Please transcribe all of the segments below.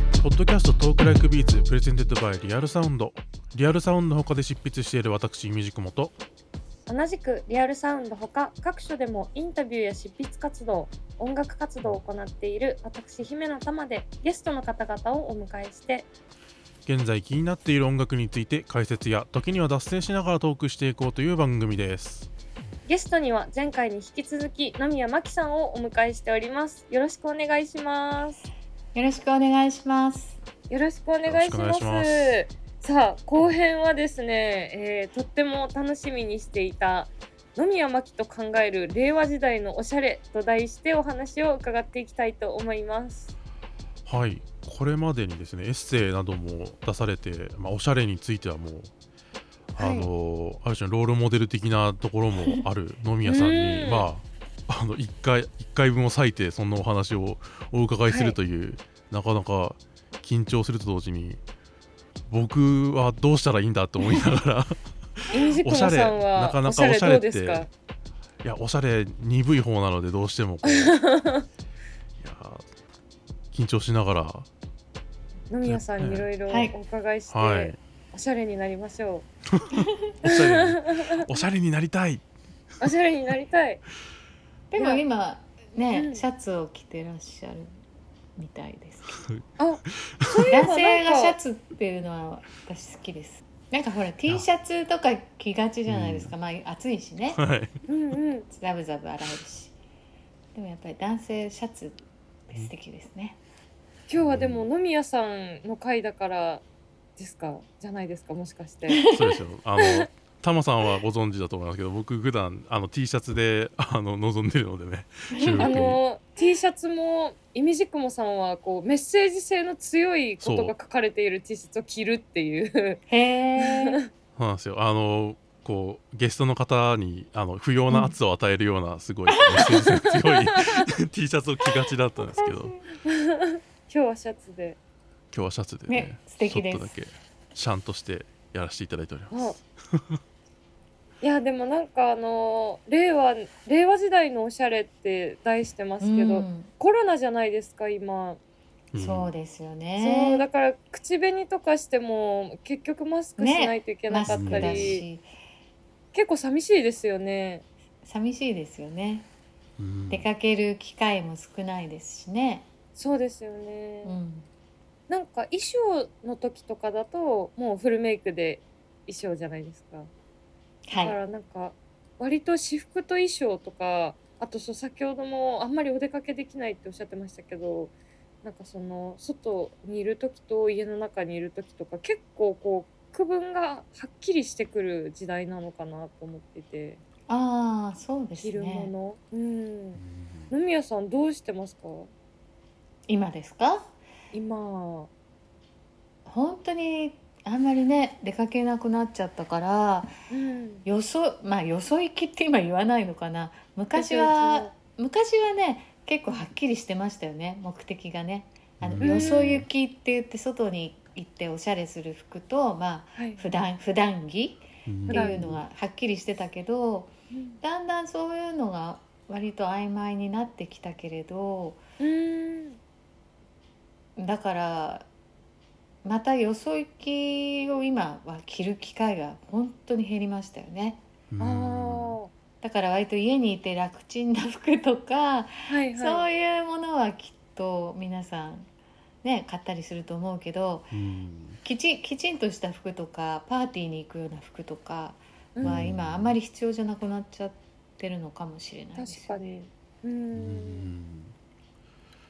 トークライクビーツプレゼンテッドバイリアルサウンドリアルサウンドの他で執筆している私ミュージクモと同じくリアルサウンドほか各所でもインタビューや執筆活動音楽活動を行っている私姫野玉でゲストの方々をお迎えして現在気になっている音楽について解説や時には脱線しながらトークしていこうという番組ですゲストには前回に引き続き野宮真紀さんをお迎えしておりますよろしくお願いしますよろしくお願いします。よろしくお願いしますよろしくお願いさあ後編はですね、えーとっても楽しみにしていた野宮真紀と考える令和時代のおしゃれと題してお話を伺っていきたいと思いますはいこれまでにですねエッセイなども出されて、まあ、おしゃれについてはもうあの、ある種のロールモデル的なところも ある飲み屋さんうにんまああの1回一回分を割いてそんなお話をお伺いするという、なかなか緊張すると同時に僕はどうしたらいいんだと思いな がらミジクマさんはおおししゃゃれれなかなかどうですかいやおしゃれ鈍い方なのでどうしてもこ ういや緊張しながら野宮さんにいろいろはいお伺いして、はい。おしゃれになりましょおしゃれにおしゃれになりたい。うおしゃれになりたいでもいや今ね、うんシャツを着てらっしゃるみたいですあけど。いえば男性なんがかシャツっていうのは私好きです。なんかほら T シャツとか着がちじゃないですか。まあ暑いしね、はい。うんうんザブザブ洗えるし。でもやっぱり男性シャツって素敵ですね。今日はでも野宮さんの回だからですかじゃないですかもしかして そうですよ。あのタマさんはご存知だと思いますけど、僕普段あの T シャツであの望んでるので ね。収あ録にの T シャツもイミジクモさんはこうメッセージ性の強いことが書かれている T シャツを着るっていうへえ。そうなんですよ。あのこうゲストの方にあの不要な圧を与えるようなすごいメッセージの強い T シャツを着がちだったんですけ ど、今今日はシャツで日はシャツでねね、素敵ですちょっとだけシャンとしてやらせていただいておりまあす。いやでもなんかあの令和令和時代のおしゃれって題してますけど、うんコロナじゃないですか今うんそうですよね。そうだから口紅とかしても結局マスクしないといけなかっねたマスクり、だし結構寂しいですよね。寂しいですよね。うん出かける機会も少ないですしね。そうですよね、うん。なんか衣装の時とかだともうフルメイクで衣装じゃないですか。はだかい。らなんか割と私服と衣装とかあとそう先ほどもあんまりお出かけできないっておっしゃってましたけどなんかその外にいる時と家の中にいる時とか結構こう区分がはっきりしてくる時代なのかなと思っててああ、そうです着るね。もの、うんうん野宮さんどうしてますか今ですか今本当にあんまりね出かけなくなっちゃったからうんよそまあよそ行きって今言わないのかな昔は昔はね結構はっきりしてましたよね目的がねあの、うんよそ行きって言って外に行っておしゃれする服とまあはい普段普段着うんっていうのがはっきりしてたけどだんだんそういうのが割と曖昧になってきたけれどうんだからまたよそ行きを今は着る機会が本当に減りましたよねうんああだから割と家にいて楽ちんな服とか、はいはいそういうものはきっと皆さんね買ったりすると思うけどうんきちきちんとした服とかパーティーに行くような服とかうんは今あんまり必要じゃなくなっちゃってるのかもしれないです確かにううんん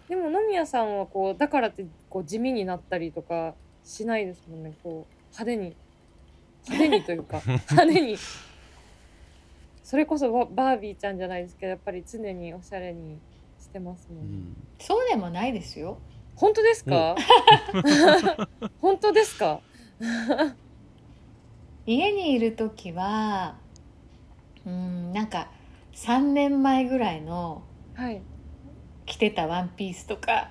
でも野宮さんはこうだからってこう地味になったりとかしないですもんねこう派手 に派手にというか派手にそれこそババービーちゃんじゃないですけどやっぱり常におしゃれにしてますも、うんねんそうでもないですよ本当ですか 本当ですか家にいる時はうんなんか3年前ぐらいのはい着てたワンピースとか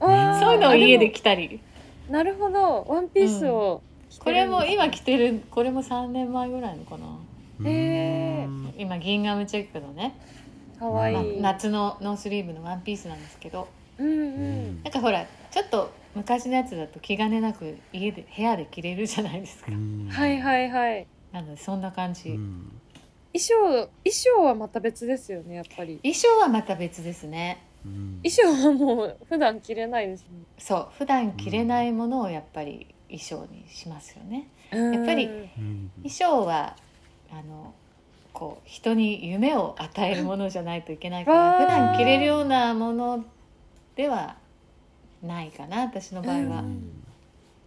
あーそういうのを家であ着たりもなるほどワンピースを着こてれるんですね、も今着てるこれも3年前ぐらいのかなへーうん今ギンガムチェックのねかわいうんい夏のノースリーブのワンピースなんですけどうんうんなんかほらちょっと昔のやつだと気兼ねなく家で部屋で着れるじゃないですか、はいい、はいはいなのでそんな感じ、うん衣装衣装はまた別ですよねやっぱり衣装はまた別ですねうん衣装はもう普段着れないですもんそう普段着れないものをやっぱり衣装にしますよねやっぱりうんうん衣装はあのこう人に夢を与えるものじゃないといけないかわらー普段着れるようなものではないかな私の場合は、ううんん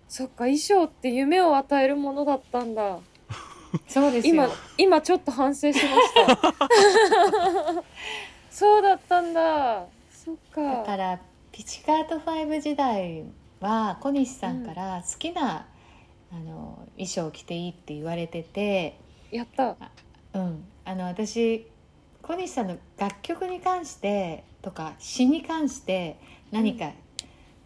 そっか衣装って夢を与えるものだったんだそうですよ今今ちょっと反省しましたそうだったんだそっだかからピチカート5時代は小西さんから好きな、あの衣装を着ていいって言われてて、やったうん、あの私小西さんの楽曲に関してとか詩に関して何か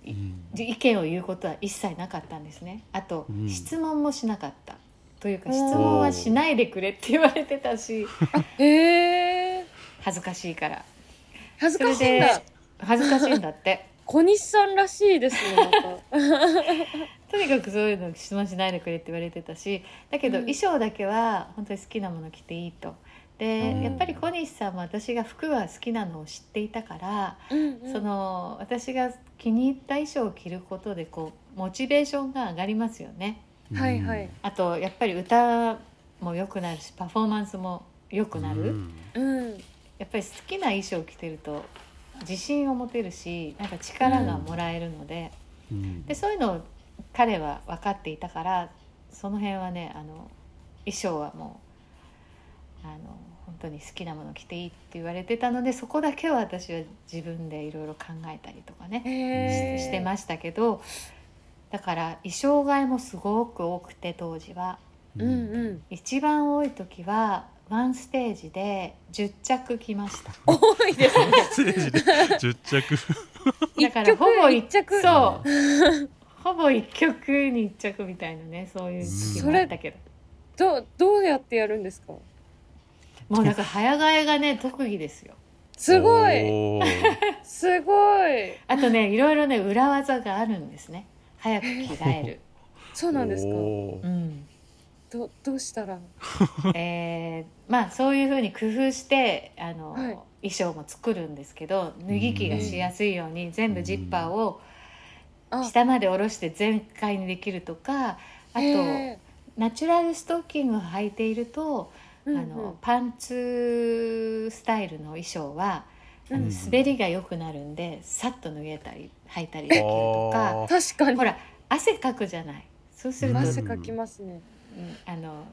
うん意見を言うことは一切なかったんですねあと、うん質問もしなかったというかおー質問はしないでくれって言われてた しへえ恥ずかしいから恥ずかしそいんれでだ恥ずかしいんだって 小西さんらしいですねまたとにかくそういうの質問しないでくれって言われてたしだけどうん衣装だけは本当に好きなもの着ていいと。で、うんやっぱり小西さんも私が服が好きなのを知っていたから、うんうんその私が気に入った衣装を着ることでこうモチベーションが上がりますよね。はいはいあとやっぱり歌も良くなるしパフォーマンスも良くなる、うんうんやっぱり好きな衣装を着てると自信を持てるしなんか力がもらえるので,、うんでそういうのを彼は分かっていたからその辺はねあの衣装はもうあの本当に好きなもの着ていいって言われてたのでそこだけは私は自分でいろいろ考えたりとかねへえしてましたけどだから衣装替えもすごく多くて当時は。 うんうん一番多い時はワンステージで10着来ました多いですねステージで10着 だ一から曲ほぼ一着そうほぼ1曲に1着みたいなねそういう時期もあったけどどどうやってやるんですかもうだから早替えがね特技ですよ すごいおーすごいあとねいろいろね裏技があるんですね早く着替えるそうなんですかお うーんどどうしたらえーまあそういうふうに工夫してあの、はい衣装も作るんですけど脱ぎ着がしやすいように全部ジッパーをあ下まで下ろして全開にできるとかあとへナチュラルストッキングを履いていると、ーうんあうんのパンツスタイルの衣装は、あうんうのん滑りが良くなるんでさっと脱げたり履いたりできるとかあー確かにほら汗かくじゃないそうすると、うん汗かきますね、うんあの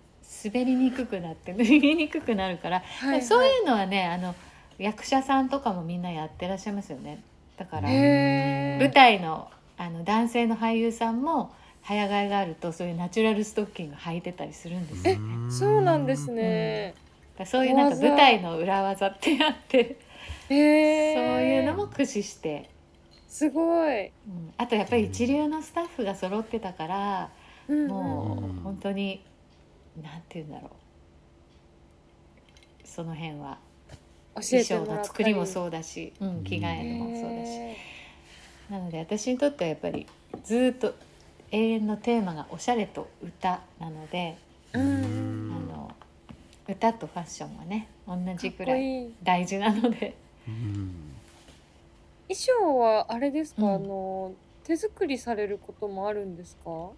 滑りにくくなって 脱ぎにくくなるから、はいはい、そういうのはねあの役者さんとかもみんなやってらっしゃいますよねだからへへ舞台のあの男性の俳優さんも早替えがあるとそういうナチュラルストッキング履いてたりするんですよね。うーんそうなんですね、だからそういうなんか小技舞台の裏技ってあって、へーそういうのも駆使して、すごい、うんあとやっぱり一流のスタッフが揃ってたから、うんうんもうんう本当になんて言うんだろうその辺は教えて衣装もらのったり作りもそうだし、うんうん着替えるもそうだし、へなので私にとってはやっぱりずーっと永遠のテーマがおしゃれと歌なので、ーうんあの歌とファッションはね同じくらかっこいいい大事なので。うん衣装はあれですか、うんあの手作りされることもあるんですか、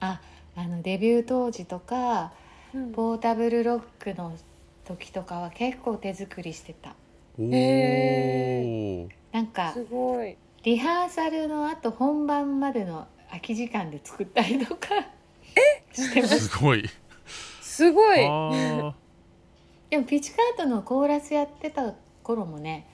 あのデビュー当時とかうんポータブルロックの時とかは結構手作りしてたおへーなんかすごいリハーサルのあと本番までの空き時間で作ったりとか してましすごいすごいあーでもピチカートのコーラスやってた頃もね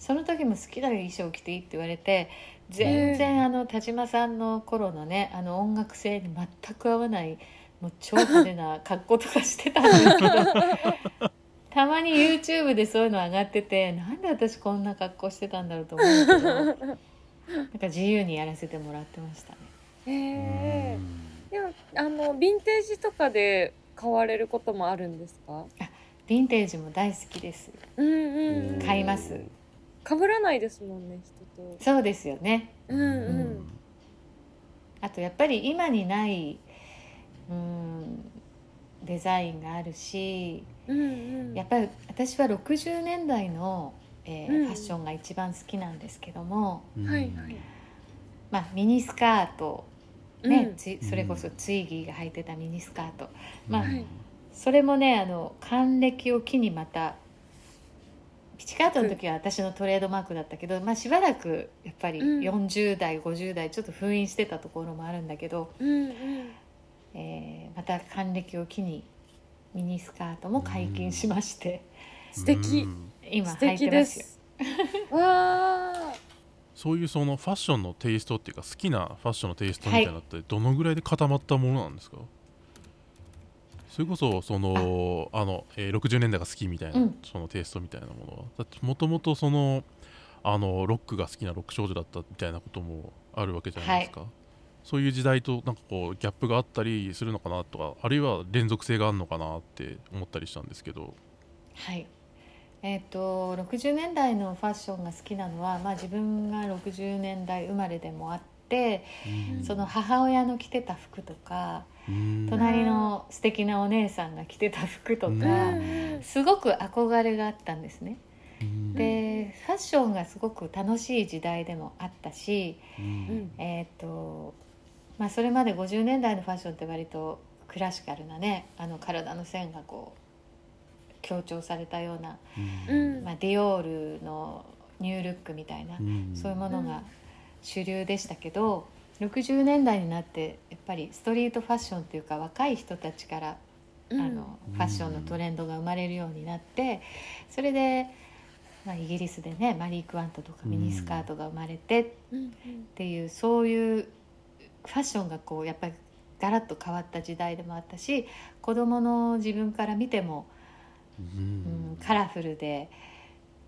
その時も好きな衣装着ていいって言われて全へ然ーあの田島さんの頃のねあの音楽性に全く合わないもう超派手な格好とかしてたんですけどたまに YouTube でそういうの上がっててなんで私こんな格好してたんだろうと思うけどなんか自由にやらせてもらってましたね。 うへんえでもあのヴィンテージとかで買われることもあるんですかヴィンテージも大好きです。うんうんうん買います被らないですもんね人と。そうですよねうんうん。あとやっぱり今にないうんデザインがあるしうんうん。やっぱり私は60年代の、えーうんファッションが一番好きなんですけども、うんはいはい。まあ、ミニスカート、ねうんついそれこそツイギーが履いてたミニスカートまあうんそれもねあの還暦を機にまたピチカートの時は私のトレードマークだったけど、まあ、しばらくやっぱりうん40代50代ちょっと封印してたところもあるんだけど、うんうん。えーまた還暦を機にミニスカートも解禁しまして、素敵う。ん今素履い敵てまですよ。 す。わあ。そういうそのファッションのテイストっていうか好きなファッションのテイストみたいなのってどのぐらいで固まったものなんですか、それこそそのあの、えー60年代が好きみたいな、うんそのテイストみたいなものはだってもともとそのあのロックが好きなロック少女だったみたいなこともあるわけじゃないですか、そういう時代となんかこうギャップがあったりするのかなとかあるいは連続性があるのかなって思ったりしたんですけどはいえー、と60年代のファッションが好きなのは、まあ、自分が60年代生まれでもあってその母親の着てた服とかうん隣の素敵なお姉さんが着てた服とううんかうんすごく憧れがあったんですね。うんでファッションがすごく楽しい時代でもあったし、うんうんえーとまあ、それまで50年代のファッションって割とクラシカルなねあの体の線がこう強調されたような、うんまあ、ディオールのニュールックみたいなそういうものうんが主流でしたけど、60年代になってやっぱりストリートファッションっていうか若い人たちから、うんあのファッションのトレンドが生まれるようになってそれで、まあ、イギリスでねマリー・クワントとかミニスカートが生まれてっうんていう、そういうファッションがこうやっぱりガラッと変わった時代でもあったし子供の自分から見ても、うん、カラフルで、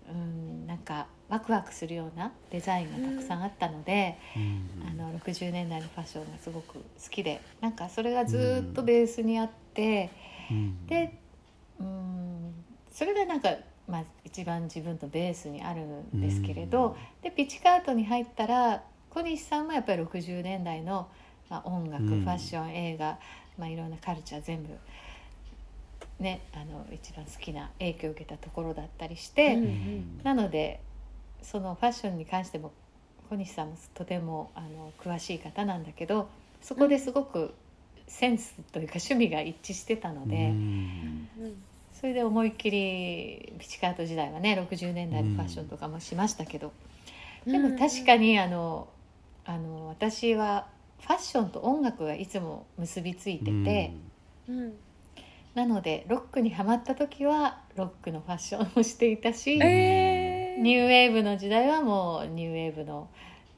うん、なんかワクワクするようなデザインがたくさんあったので。あの60年代のファッションがすごく好きでなんかそれがずーっとベースにあって、でうんそれがなんか、まあ、一番自分のベースにあるんですけれど、でピチカートに入ったら小西さんもやっぱり60年代の、まあ、音楽、うんファッション映画、まあ、いろんなカルチャー全部、ね、あの一番好きな影響を受けたところだったりして。うんなのでそのファッションに関しても小西さんもとてもあの詳しい方なんだけどそこですごくセンスというか趣味が一致してたので、うんそれで思いっきりピチカート時代はね60年代のファッションとかもしましたけど、うんでも確かにあのあの私はファッションと音楽がいつも結びついてて、うんなのでロックにはまった時はロックのファッションをしていたし。えーニューウェーブの時代はもうニューウェーブの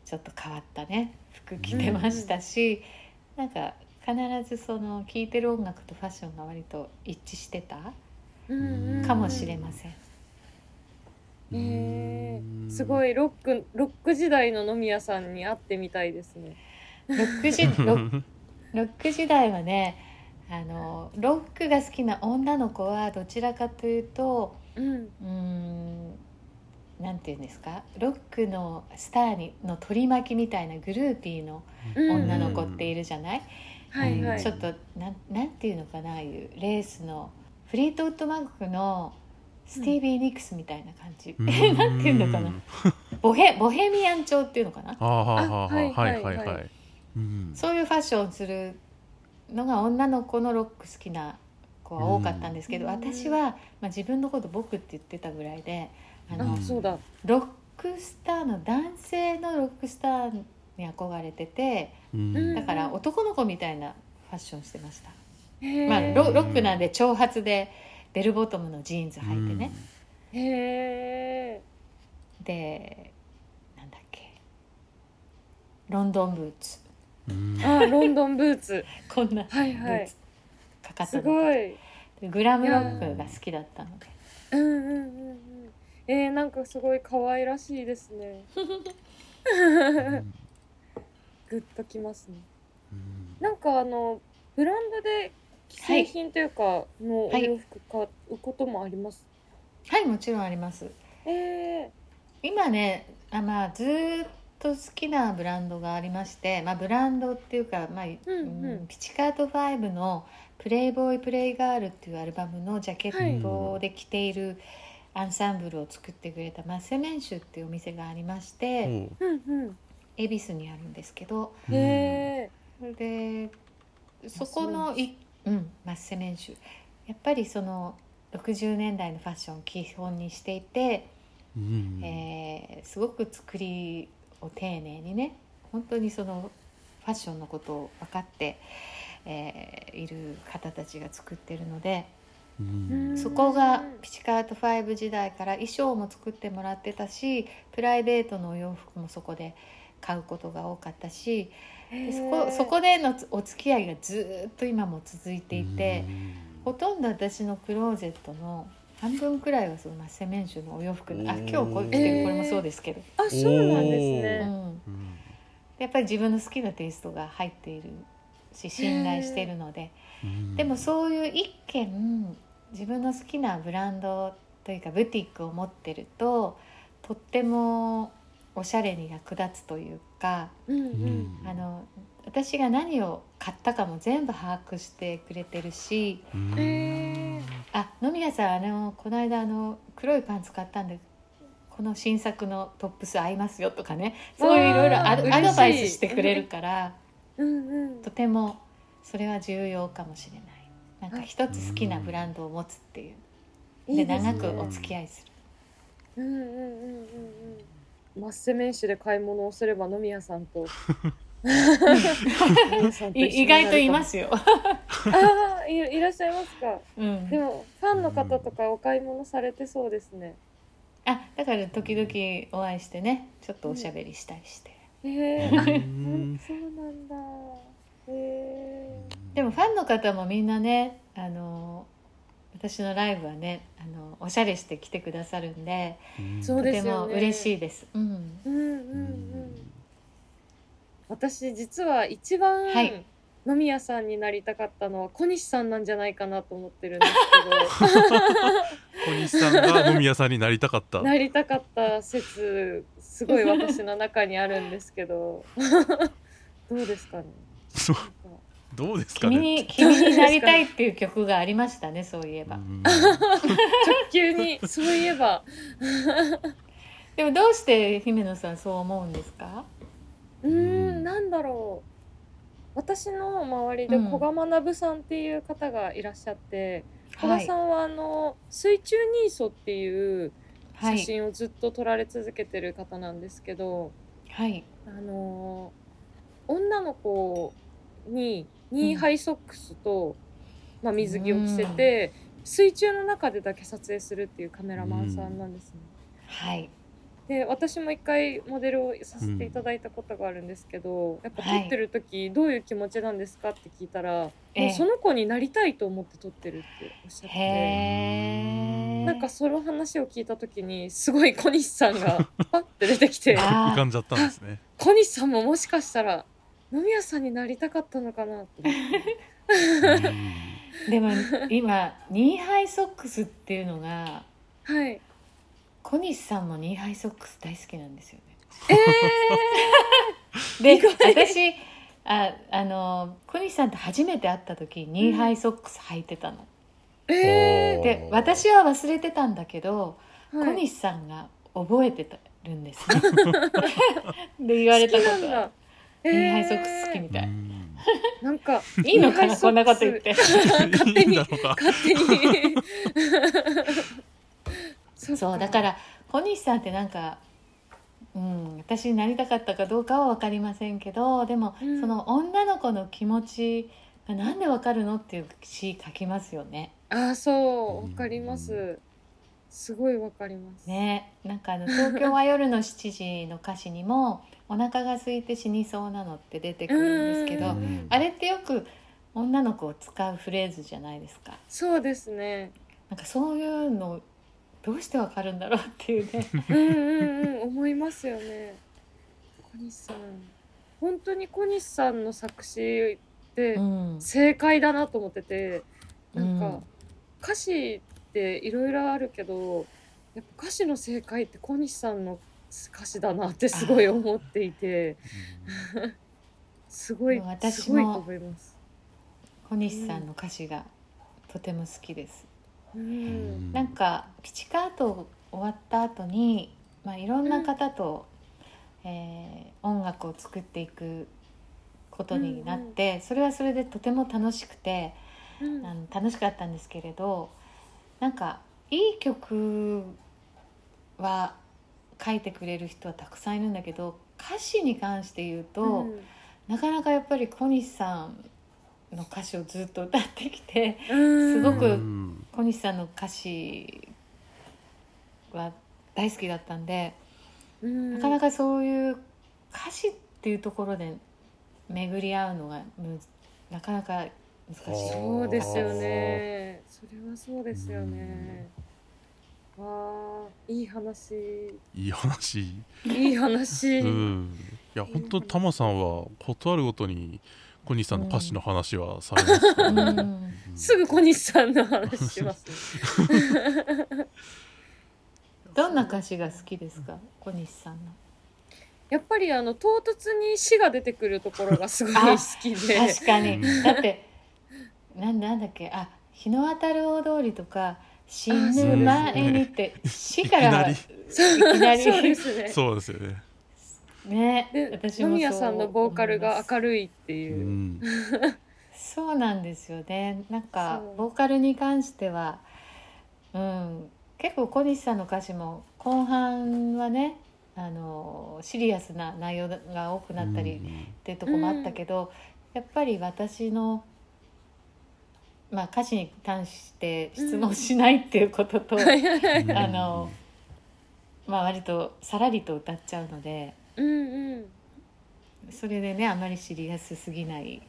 ちょっと変わったね服着てましたし、なんか必ずその聴いてる音楽とファッションが割と一致してたうんうんかもしれません、えー、すごいロックロック時代の飲み屋さんに会ってみたいですね。ロ ック時ロッロック時代はねあのロックが好きな女の子はどちらかというとうん、うーんなんていうんですかロックのスターにの取り巻きみたいなグルーピーの女の子っているじゃない、はいはい。ちょっとなんなんていうのかなああいうレースのフリートウッドマックのスティービー・ニックスみたいな感じ、え なんていうのかなボヘボヘミアン調っていうのかなあはははいはいはいそういうファッションをするのが女の子のロック好きな子は多かったんですけど、うん私は、まあ、自分のこと僕って言ってたぐらいであの、あ、そうだ。ロックスターの男性のロックスターに憧れててだから男の子みたいなファッションしてました。へまあ、え。ロロックなんで長髪でベルボトムのジーンズ履いてね、へえ。でなんだっけロンドンブーツあ、ロンドンブー ツ。こんなブはいはーいツ。かかったすの、ごい。グラムロックが好きだったのでうんうんうんうん。えー、なんかすごい可愛らしいですね。グッときますね。なんかあのブランドでは製い品というかのお洋服買うこともあります。はいもちろんありますえ今ねあまあずーっと好きなブランドがありまして、まあ、ブランドっていうか、まあうんうんうんピチカート5の「プレイボーイ・プレイガール」っていうアルバムのジャケットで着ているアンサンブルを作ってくれたマッセメンシュっていうお店がありましておううんうん恵比寿にあるんですけどうんへえでそこのい、うん、マッセメンシュやっぱりその60年代のファッションを基本にしていて。うんえーすごく作りを丁寧にね本当にそのファッションのことを分かって、えーいる方たちが作ってるのでうんそこがうんピチカート5時代から衣装も作ってもらってたしプライベートのお洋服もそこで買うことが多かったしでそこそこでのお付き合いがずっと今も続いていて。ほとんど私のクローゼットの半分くらいはそのマッセメンシュのお洋服のあおー今日これ着てるこれもそうですけど、あそうなんですえーねうん、うんやっぱり自分の好きなテイストが入っているし信頼しているので、うんでもそういう一見自分の好きなブランドというかブティックを持ってるととってもおしゃれに役立つというか、うんううんんあの私が何を買ったかも全部把握してくれてるしうんえーあ野宮さんあのこの間あの黒いパンツ買ったんでこの新作のトップス合いますよとかねそういういろいろアわドーアドバイスしてくれるから。うんうんとてもそれは重要かもしれないなんか一つ好きなブランドを持つっていう、いでいですね長くお付き合いするうんうんうんうんうん。マッセメンシュで買い物をすれば飲み屋さんと。飲み屋さんと一緒になるかもい意外といま。すよ、ああ、いいらっしゃいますか。うんで、も、ファンの方とかお買い物されてそうですね。あだから時々お会いしてねちょっとおしゃべりしたりして、へえうー。んそうなんだ。へえ でもファンの方もみんなねあの私のライブはねあのおしゃれして来てくださるんでうんそうとでてすよもね嬉しいです、うんー。うんうんうん。私実は一番、はい飲み屋さんになりたかったのは小西さんなんじゃないかなと思ってるんですけど。小西さんが飲み屋さんになりたか ったなりたかった説すごい私の中にあるんですけど どうですかねそうなんかどうですかね君に君になりたいっていう曲がありましたねそういえば、うん急にそういえばでもどうして姫野さんそう思うんですかうーんなんだろう私の周りでうん古賀学さんっていう方がいらっしゃって、古は賀いさんはあの水中ニーソっていうは写い真をずっと撮られ続けてる方なんですけど、はいあのー女の子にニーハイソックスと、まあ、水着を着せて、水中の中でだけ撮影するっていうカメラマンさんなんですね。はいで私も一回モデルをさせていただいたことがあるんですけど、やっぱはい撮ってる時どういう気持ちなんですかって聞いたら、えもうその子になりたいと思って撮ってるっておっしゃっへて。えなんかその話を聞いた時にすごい小西さんがパッて出てきて浮かあんじゃったんですね小西さんももしかしたら飲み屋さんになりたかったのかなって思ってうんーでも今ニーハイソックスっていうのがはい小西さんもニーハイソックス大好きなんですよえ ね意で外私ああの小西さんと初めて会った時ニーハイソックス履いてたの、ー、えおーで私は忘れてたんだけど、ーはい小西さんが覚えてたるんですね で言われた好こきとなんだはえニーーハイソックス好きみたうい、んなんかいいのかニーハなイソこんなックこスと言って勝手いいんにだろうか勝手に そっそうだから小西さんってなんか、うん、私になりたかったかどうかは分かりませんけどでも、うんその女の子の気持ちがなんで分かるのっていう詩書きますよね。ああそうわかりますすごいわかりますねなんかあの「東京は夜の7時」の歌詞に も「お腹が空いて死にそうなの」って出てくるんですけうどんあれってよく女の子を使うフレーズじゃないですか。そうですねなんかそういうのどうして分かるんだろうっていうね。うんうんうん思いますよね小西さん本当に小西さんの作詞って、うん正解だなと思っててなんか、うん歌詞っていろいろあるけどやっぱ歌詞の正解って小西さんの歌詞だなってすごい思っていてすごいでも私すごいもと思います。小西さんの歌詞がとても好きです。ううんんなんかピチカート終わった後に、まあ、いろんな方と、えー音楽を作っていくことになって、それはそれでとても楽しくて、うんあの楽しかったんですけれどなんかいい曲は書いてくれる人はたくさんいるんだけど歌詞に関して言うと、うんなかなかやっぱり小西さんの歌詞をずっと歌ってきて。すごうくん小西さんの歌詞は大好きだったんで、うんなかなかそういう歌詞っていうところで巡り合うのがむなかなか難しい。そうですよね。それはそうですよね。わあ、いい話。いい話いい話。うんいや本当にタマさんはことあるごとに小西さんの歌詞の話はされますかうらねんうんすぐ小西さんの話します。どんな歌詞が好きですか、小西さ んの。やっぱりあの唐突に死が出てくるところがすごい好きで。確かにう、んだって、なんなんだっけ、あ、日の当たる大通りとか。死あそうですぬね前にって、死かいきなら。りいきなり。そうですね。そうですよね、ね、で、私野も宮そうさんのボーカルが思いま明るいってういう。ん、すそうなんですよねなんかそうボーカルに関してはうん結構小西さんの歌詞も後半はねあのシリアスな内容が多くなったりっうんていうとこもあったけど、やっぱり私の、まあ、歌詞に関して質問しないっていうことと、はいはいはいうんあのまあ、割とさらりと歌っちゃうので。うんうん。それでねあまりシリアスすぎない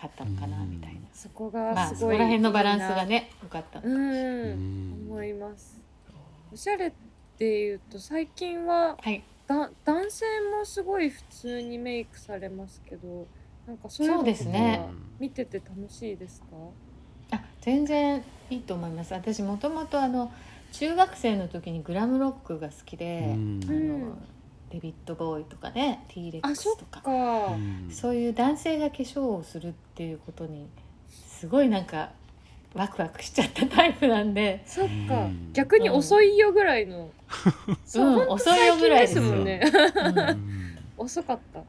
かったのかなうんみたいな、そこまがあすそこごい。ら辺のバランスが。ね良かった、う。うんん思います。おしゃれっていうと最近ははいだ男性もすごい普通にメイクされますけどなんかそういうそうのですね見てて楽しいですかあ全然いいと思います私もともとあの中学生の時にグラムロックが好きうで、んあのうんデビッド・ボーイとかね T レックあそスっとかか、うんそういう男性が化粧をするっていうことにすごいなんかワクワクしちゃったタイプなんでそっか、うん逆に遅いよぐらい の、そううんほんと遅いよぐらい最近ですもんね、 うんうん遅かった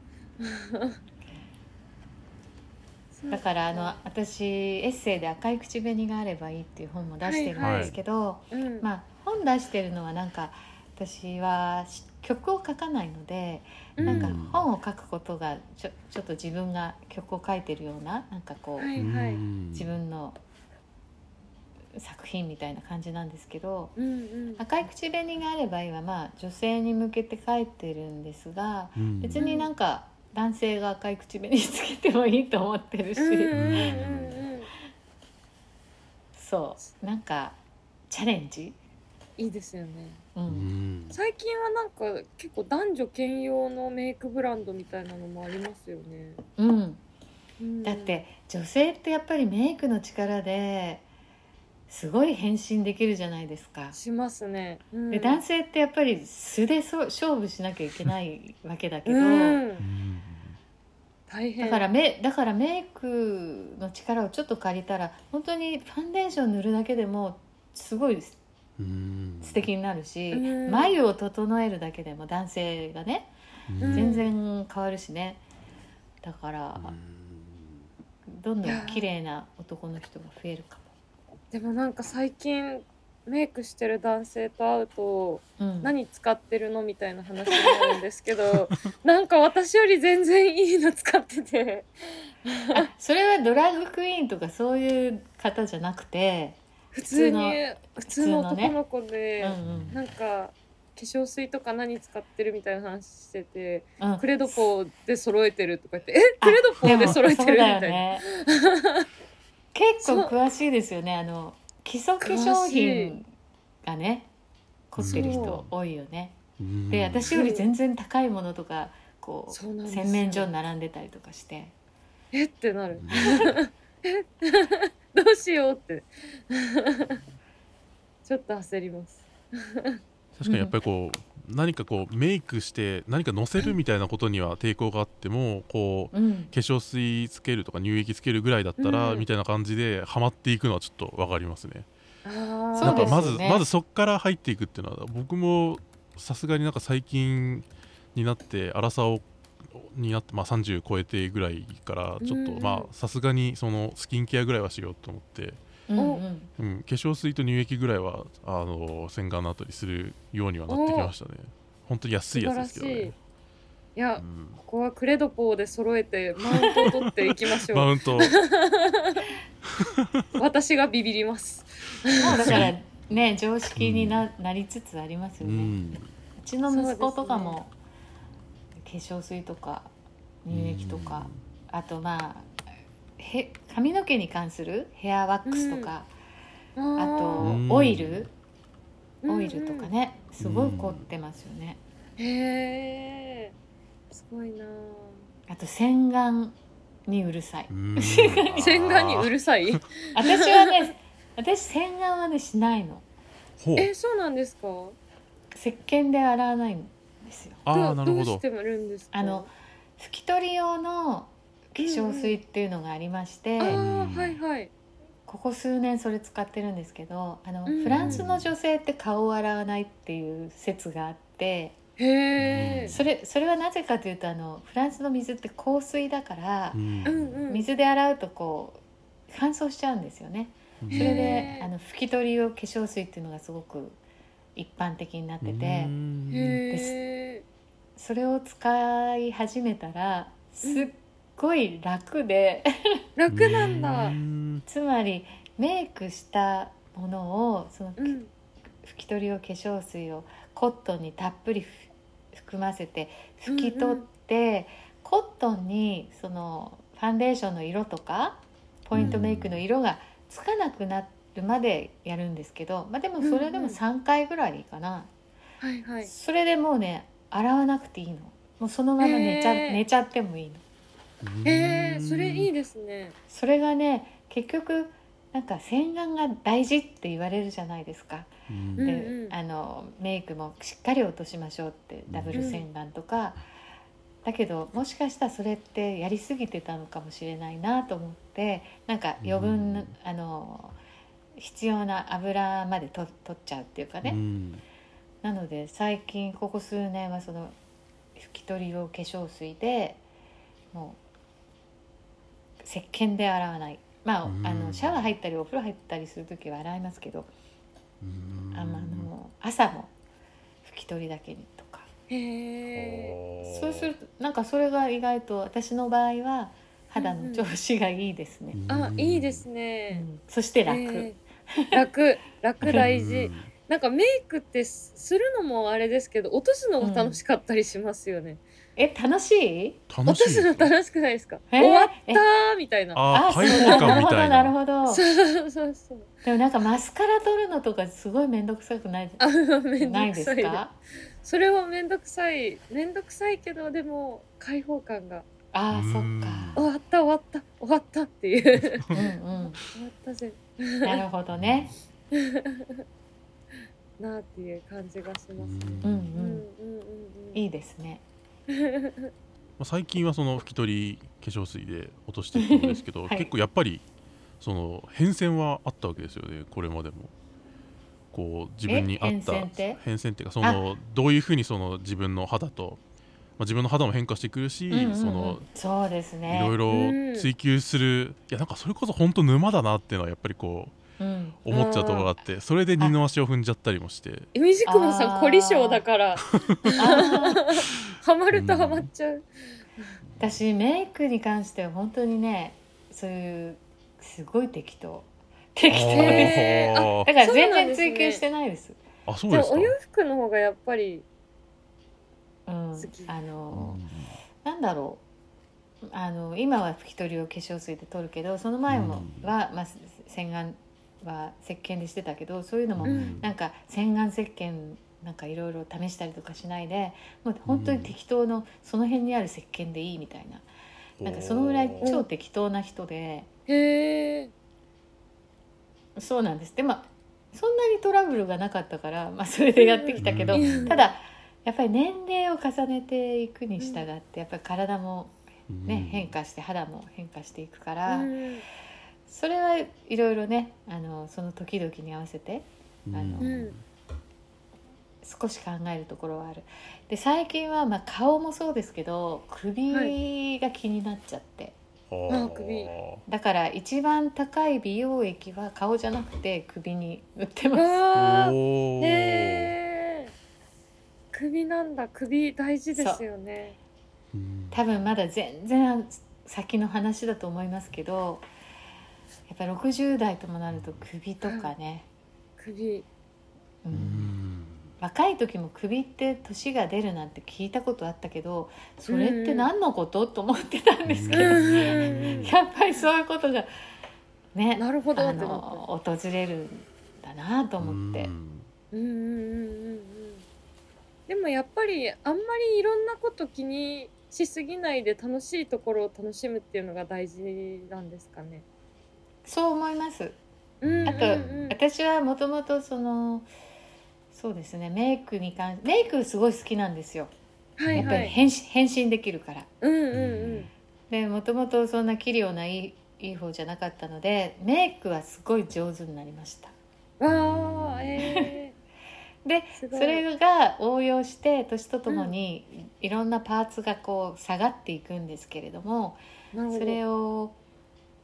だからあの私エッセイで「赤い口紅があればいい」っていう本も出してるんですけど、うんまあ本出してるのはなんか私はし曲を書かないので、うんなんか本を書くことがちょちょっと自分が曲を書いてるようななんかこう、はいはい、うん自分の作品みたいな感じなんですけどうん「赤い口紅があればいい」はまあ女性に向けて書いてるんですがうん別になんか男性が赤い口紅つけてもいいと思ってるし。うんうんうんうんそうなんかチャレンジ、いいですよねう、うんん最近はなんか結構男女兼用のメイクブランドみたいなのもありますよね、うん、うんだって女性ってやっぱりメイクの力ですごい変身できるじゃないですか、しますね、うんで男性ってやっぱり素でそう勝負しなきゃいけないわけだけど、うん、大変だからめだからメイクの力をちょっと借りたら本当にファンデーション塗るだけでもすごい素うん敵になるし、うん眉を整えるだけでも男性がねうん全然変わるしね、だから、どんどん綺麗な男の人が増えるかでもなんか最近メイクしてる男性と会うとも。うん、何使ってるのみたいな話になるんですけ どなんか私より全然いいの使っててあそれはドラッグクイーンとかそういう方じゃなくて、普通に普通通ののね男の子うでんうんなんか化粧水とか何使ってるみたいな話しててうん、クレドポで揃えてるとか言ってえクレドポで揃えてるみたいでもそうだよな、ね結構詳しいですよねあの基礎化粧品がね凝ってる人多いよね。うんで私より全然高いものとかこそうなんうですよ洗面所に並んでたりとかしてえってなるうん どうしようってちょっと焦ります確かにやっぱりこう、何かこうメイクして何か乗せるみたいなことには抵抗があってもこううん、化粧水つけるとか乳液つけるぐらいだったら、うんみたいな感じでハマっていくのはちょっとわかりますね。あそなうんでかすよねまずまずそっから入っていくっていうのは僕もさすがになんか最近になって荒さをになってまあ30超えてぐらいからちょっとうんまあさすがにそのスキンケアぐらいはしようと思って、うんおうんうん、化粧水と乳液ぐらいはあの洗顔の後にするようにはなってきましたね本当に安いやつですけどね、いや、うんここはクレドポーで揃えてマウントを取っていきま しマょウントう私がビビりますもうだからね常識にな,、なりつつありますうよね、うんちの息子とかそうも、化粧水とか乳液とか、あとまあへ髪の毛に関するヘアワックスとか、ああとうんオイル、うんオイルとかねすごい凝ってますよね、うんへえすごいなあと洗顔にうるさいうん洗顔にうるるさい私はね 私洗顔はねしないのほう えそうなんですか石鹸で洗わないんですよああなるほうしどてもるんですかあの拭き取り用の化粧水っていうのがありまして、あうーんはいはいここ数年それ使ってるんですけどあの、うんフランスの女性って顔を洗わないっていう説があってへえそれそれはなぜかというとあのフランスの水って硬水だから、うんうんうん水で洗うとこう乾燥しちゃうんですよね。うんそれへでーあの拭き取り用化粧水っていうのがすごく一般的になってて、うんへえそれを使い始めたらすっごい楽で。 楽なんだうんつまりメイクしたものをそのうん拭き取り用化粧水をコットンにたっぷりふ含ませて拭き取って、コットンにそのファンデーションの色とかポイントメイクの色がつかなくなるまでやるんですけど、まあ、でもそうれでんうもん3回ぐらいでいいかな、はいはいそれでもうね洗わなくていいのもうそのまま寝ちゃ,、へー寝ちゃってもいいの。へえそれいいですねそれがね結局なんか洗顔が大事って言われるじゃないですか、うんうんでうんあのメイクもしっかり落としましょうってダブル洗顔とか、だけどもしかしたらそれってやりすぎてたのかもしれないなと思ってなんか余分な、うんあの必要な油までと取っちゃうっていうかね、うんなので最近ここ数年はその拭き取り用化粧水でもう石鹸で洗わないまあ,、うんあのシャワー入ったりお風呂入ったりする時は洗いますけど、うんあまああの朝も拭き取りだけにとかへえそうするとなんかそれが意外と私の場合は肌の調子がいいですね、あいいですうねんそして楽、えー楽楽大事なんかメイクってすするのもあれですけど落とすのも楽しかったりしますよね、え楽しいうん楽落としいすの楽しくないですか、えー終わったーみたいなあそ開う放感みたいなるなほどなるほそうどそうそうそうでもなんかマスカラ取るのとかすごい面倒くさくないあめんどないくでさすいかそれはめんどくさいめんどくさいけどでも開放感がああうそんっ終わった終わった終わったっていう終かうんわったぜうんなるほどねなあっていう感じがしますね、うんううんうんうんんうんいいですねまあ最近はその拭き取り化粧水で落としてるんですけどはい結構やっぱりその変遷はあったわけですよねこれまでもこう自分に合ったえ変遷って変遷っていうかそのどういうふうにその自分の肌とまあ自分の肌も変化してくるしうんうんうんそのそうですねいろいろ追求する、いやなんかそれこそ本当沼だなっていうのはやっぱりこうんう思っちゃうところがあってそれで二の足を踏んじゃったりもしてえ水久保さあんー凝り性だ からあーハマるとハマっちゃう、私メイクに関しては本当にねそういうすごい適当 適当ですへーあーだからそう全なんで然すね追求してないですあそうじでゃあすかお洋服の方がやっぱりうん好きあうのんなんだろうあの今は拭き取りを化粧水で取るけどその前もうんは、まあ、洗顔は石鹸でしてたけどそういうのもうんなんか洗顔石鹸なんかいろいろ試したりとかしないでもう本当に適当のその辺にある石鹸でいいみたいな,、なんかそのぐらいおー超適当な人でへえそうなんですでもそんなにトラブルがなかったから、まあ、それでやってきたけど、うんただやっぱり年齢を重ねていくに従ってやっぱり体も、ねうん変化して肌も変化していくかうら、んそれはいろいろねあのその時々に合わせてうんあのうん少し考えるところはあるで最近はまあ顔もそうですけど首が気になっちゃって、ああ首だから一番高い美容液は顔じゃなくて首に塗ってますあーおーへえ首なんだ首大事ですよねうん多分まだ全然先の話だと思いますけどやっぱ60代ともなると首とかね、首ううんん若い時も首って年が出るなんて聞いたことあったけどそれって何のこと、と思ってたんですけど、うんやっぱりそういうことがねなるほどあってなったの訪れるんだなと思って、うんうんうんうんうんうんでもやっぱりあんまりいろんなこと気にしすぎないで楽しいところを楽しむっていうのが大事なんですかね。そう思いますうんあとうんうん私はもともとそのそうですねメイクに関メイクすごい好きなんですよはいやっぱはりい。変身,、変身できるからうんうんでもともとそんな器量ないいいい方じゃなかったのでメイクはすごい上手になりましたうん。わあええ。 で、そそれが応用して年とともにいろんなパーツがこう下がっていくんですけれども、それをを、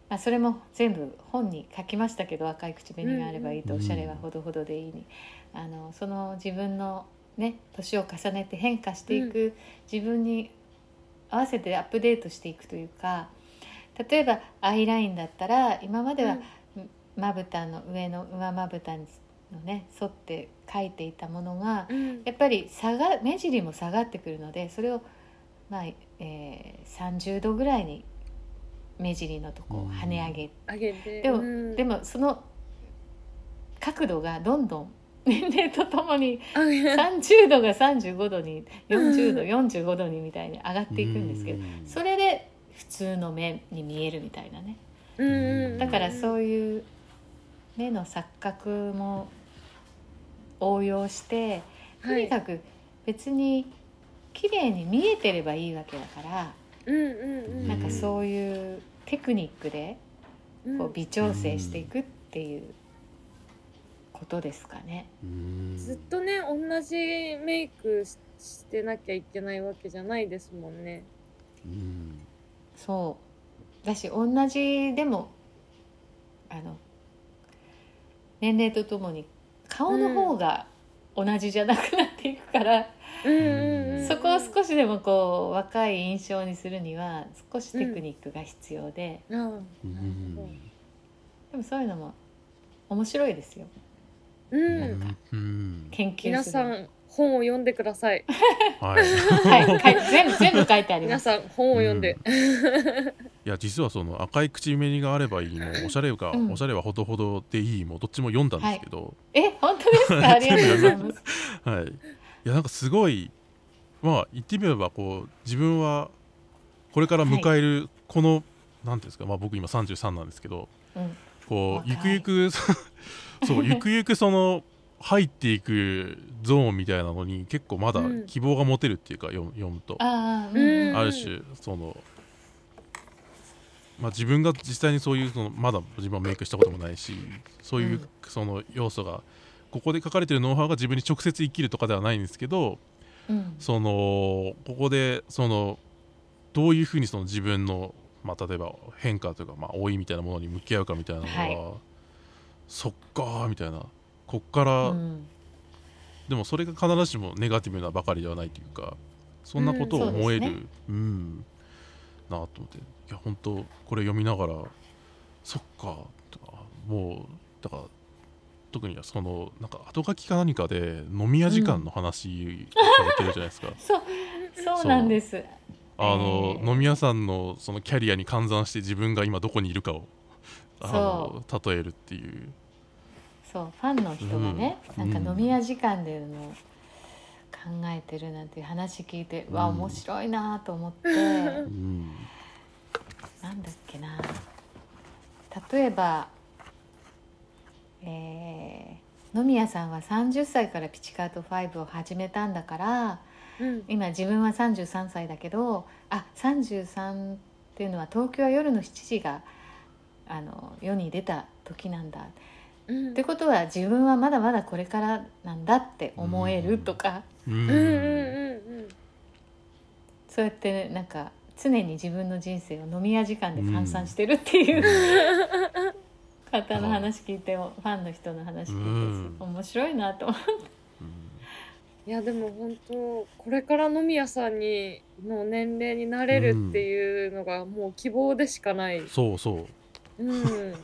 まあ、それも全部本に書きましたけど赤い口紅があればいいと、うんおしゃれはほどほどでいいにあのその自分のね年を重ねて変化していく、自分に合わせてアップデートしていくというか例えばアイラインだったら今まではまぶたの上の上まぶたのね沿って書いていたものがうんやっぱり下が目尻も下がってくるのでそれを、まあえー、30度ぐらいに目尻のとこを跳ね上げ、あげて。でもうんでもその角度がどんどん年齢とともにあげて30度が35度に40度うん45度にみたいに上がっていくんですけどうんそれで普通の目に見えるみたいなねうんうんうんだからそういう目の錯覚も応用してとはにいかく別に綺麗に見えてればいいわけだから、うんうんうん。なんかそういうテクニックでうんこう微調整していくっていうことですかね。うんずっとね同じメイクししてなきゃいけないわけじゃないですもんね。うんそうだし同じでもあの年齢とともに顔の方が同じじゃなくなっていくから、うんうんうん。そこを少しでもこう若い印象にするには少しテクニックが必要で。あー。うんでもそういうのも面白いですようん。うん研究皆すさるのん本を読んでください。はいはい書い全部全部書いてありま皆すさん本を読んで。いや実はその赤い口紅があればいいもおしゃれが、うんおしゃれはほどほどでいいもどっちも読んだんですけど、え本当ですかあ りがとうございますはい、い、やなんかすごいまあ言ってみればこう自分はこれから迎えるこの、なんていうんですか、まあ、僕今33なんですけどうんこうゆく若いゆくそう ゆくゆくその入っていくゾーンみたいなのに結構まだうん希望が持てるっていうか読む読むと、ああうんうんある種その、まあ、自分が実際にそういうそのまだ自分はメイクしたこともないしそういううんその要素がここで書かれてるノウハウが自分に直接生きるとかではないんですけどうんそのここでそのどういうふうにその自分の、まあ、例えば変化というか、まあ、老いみたいなものに向き合うかみたいなのが、はそっかーみたいなこっから、うんでもそれが必ずしもネガティブなばかりではないというかそんなことを思える、ううんんそうなあと思っていや本当これ読みながらそっかとかもうだから特にそのなんか後書きか何かで飲み屋時間の話をされてるじゃないですか、そうそうなんですあの、えー飲み屋さんのそのキャリアに換算して自分が今どこにいるかをあの例えるっていうそうファンの人がね、うんなんか飲み屋時間での考えてるなんていう話聞いて、うわうん面白いなと思ってうんうんなんだっけな例えばえー野宮さんは30歳からピチカート5を始めたんだからうん今自分は33歳だけどあ33っていうのは東京は夜の7時があの世に出た時なんだうんってことは自分はまだまだこれからなんだって思えるとか、ううんんうんうんそうやってなんか常に自分の人生を飲み屋時間で換算してるっていう、方の話聞いてもファンの人の話聞いてう面白いなと思ってうんいやでも本当これから飲み屋さんにの年齢になれるっていうのがもう希望でしかない。そうそううん、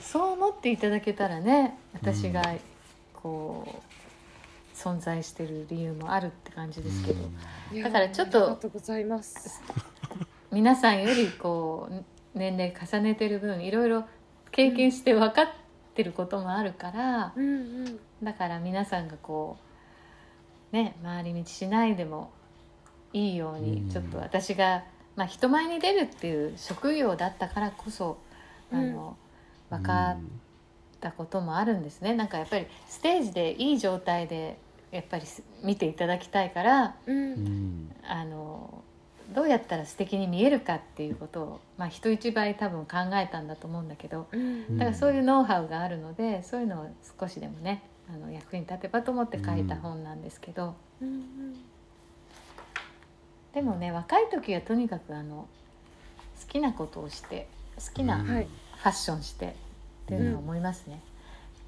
そう思っていただけたらね私がこう存在してる理由もあるって感じですけど、いやだからちょっあとりがとうございます。皆さんよりこう年齢重ねてる分いろいろ経験して分かってることもあるからうんうんだから皆さんがこうね回り道しないでもいいよううんにちょっと私が、まあ、人前に出るっていう職業だったからこそあの、うん分かったこともあるんですねなんかやっぱりステージでいい状態でやっぱりす見ていただきたいからううんんあのどうやったら素敵に見えるかっていうことを、まあ、人一倍多分考えたんだと思うんだけどうんだからそういうノウハウがあるのでそういうのを少しでもねあの役に立てばと思って書いた本なんですけど、うんでもね若い時はとにかくあの好きなことをして好きなうんフはいァッションしてっていうのは思いますね。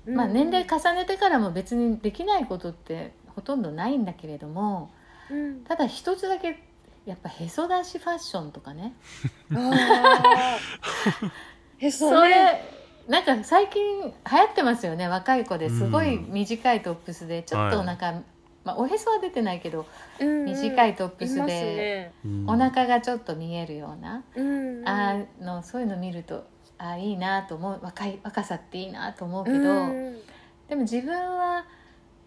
うんまあ、年齢重ねてからも別にできないことってほとんどないんだけれどもうんただ一つだけやっぱへそ出しファッションとかねあーへそね。なんか最近流行ってますよね若い子ですごいうん短いトップスでちょっとなんか、まあ、おへそは出てないけどうんうん短いトップスいますでね。うんお腹がちょっと見えるような、うんうんあのそういうの見るとあいいなと思う若い若さっていいなと思うけど、うんでも自分は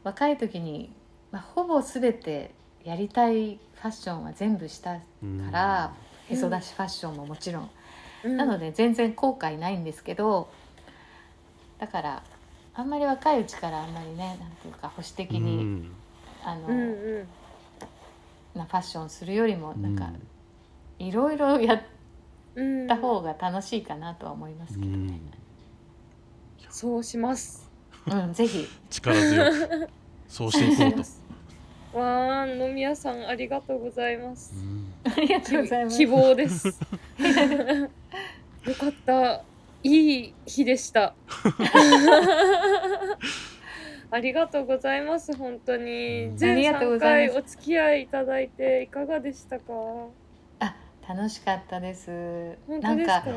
若い時に、まあ、ほぼ全てやりたいファッションは全部したから、うんへそ出しファッションももちろん、うんなので全然後悔ないんですけどだからあんまり若いうちからあんまりねなんていうか保守的うんに、うんあの、うんうんなファッションするよりもなんうかいろいろやっうんた方が楽しいかなとは思いますけうど、んそうします。うん、ぜひ力強 くそうしていこうと、わあ飲み屋さんありがとうございます。うんありがとうございます希。 望です。よかった。いい日で した。ありがとうございます。本当にう。んあり全がと3うござ回いますお付き合いいただいていかがでしたか。あ楽しかったです。本な当んですかか。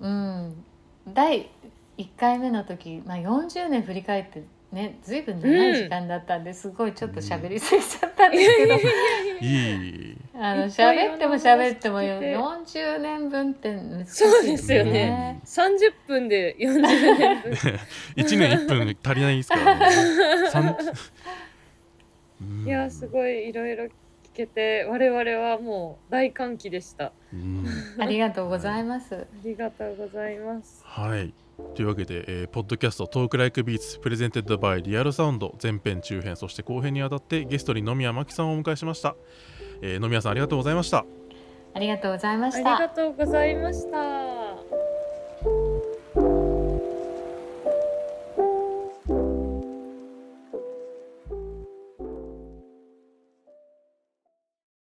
うん、第1回目の時、まあ、40年振り返ってね随分長い時間だったんですごいちょっと喋りすぎちゃったんです けど、いいあのいっぱい喋っても喋ってもいろんな40年分って難しいそうですよね三十分で四十年分。 1年1分足りないですから ね三うんいやすごいいろいろ聞けて我々はもう大歓喜でした。あうん ありがとうございます。りがとうございます。はい。というわけで、えーポッドキャストトークライクビーツプレゼンテッドバイリアルサウンド前編中編そして後編にあたってゲストに野宮真紀さんをお迎えしました、えー、野宮さんありがとうございましたありがとうございまあしりた。がとうございました。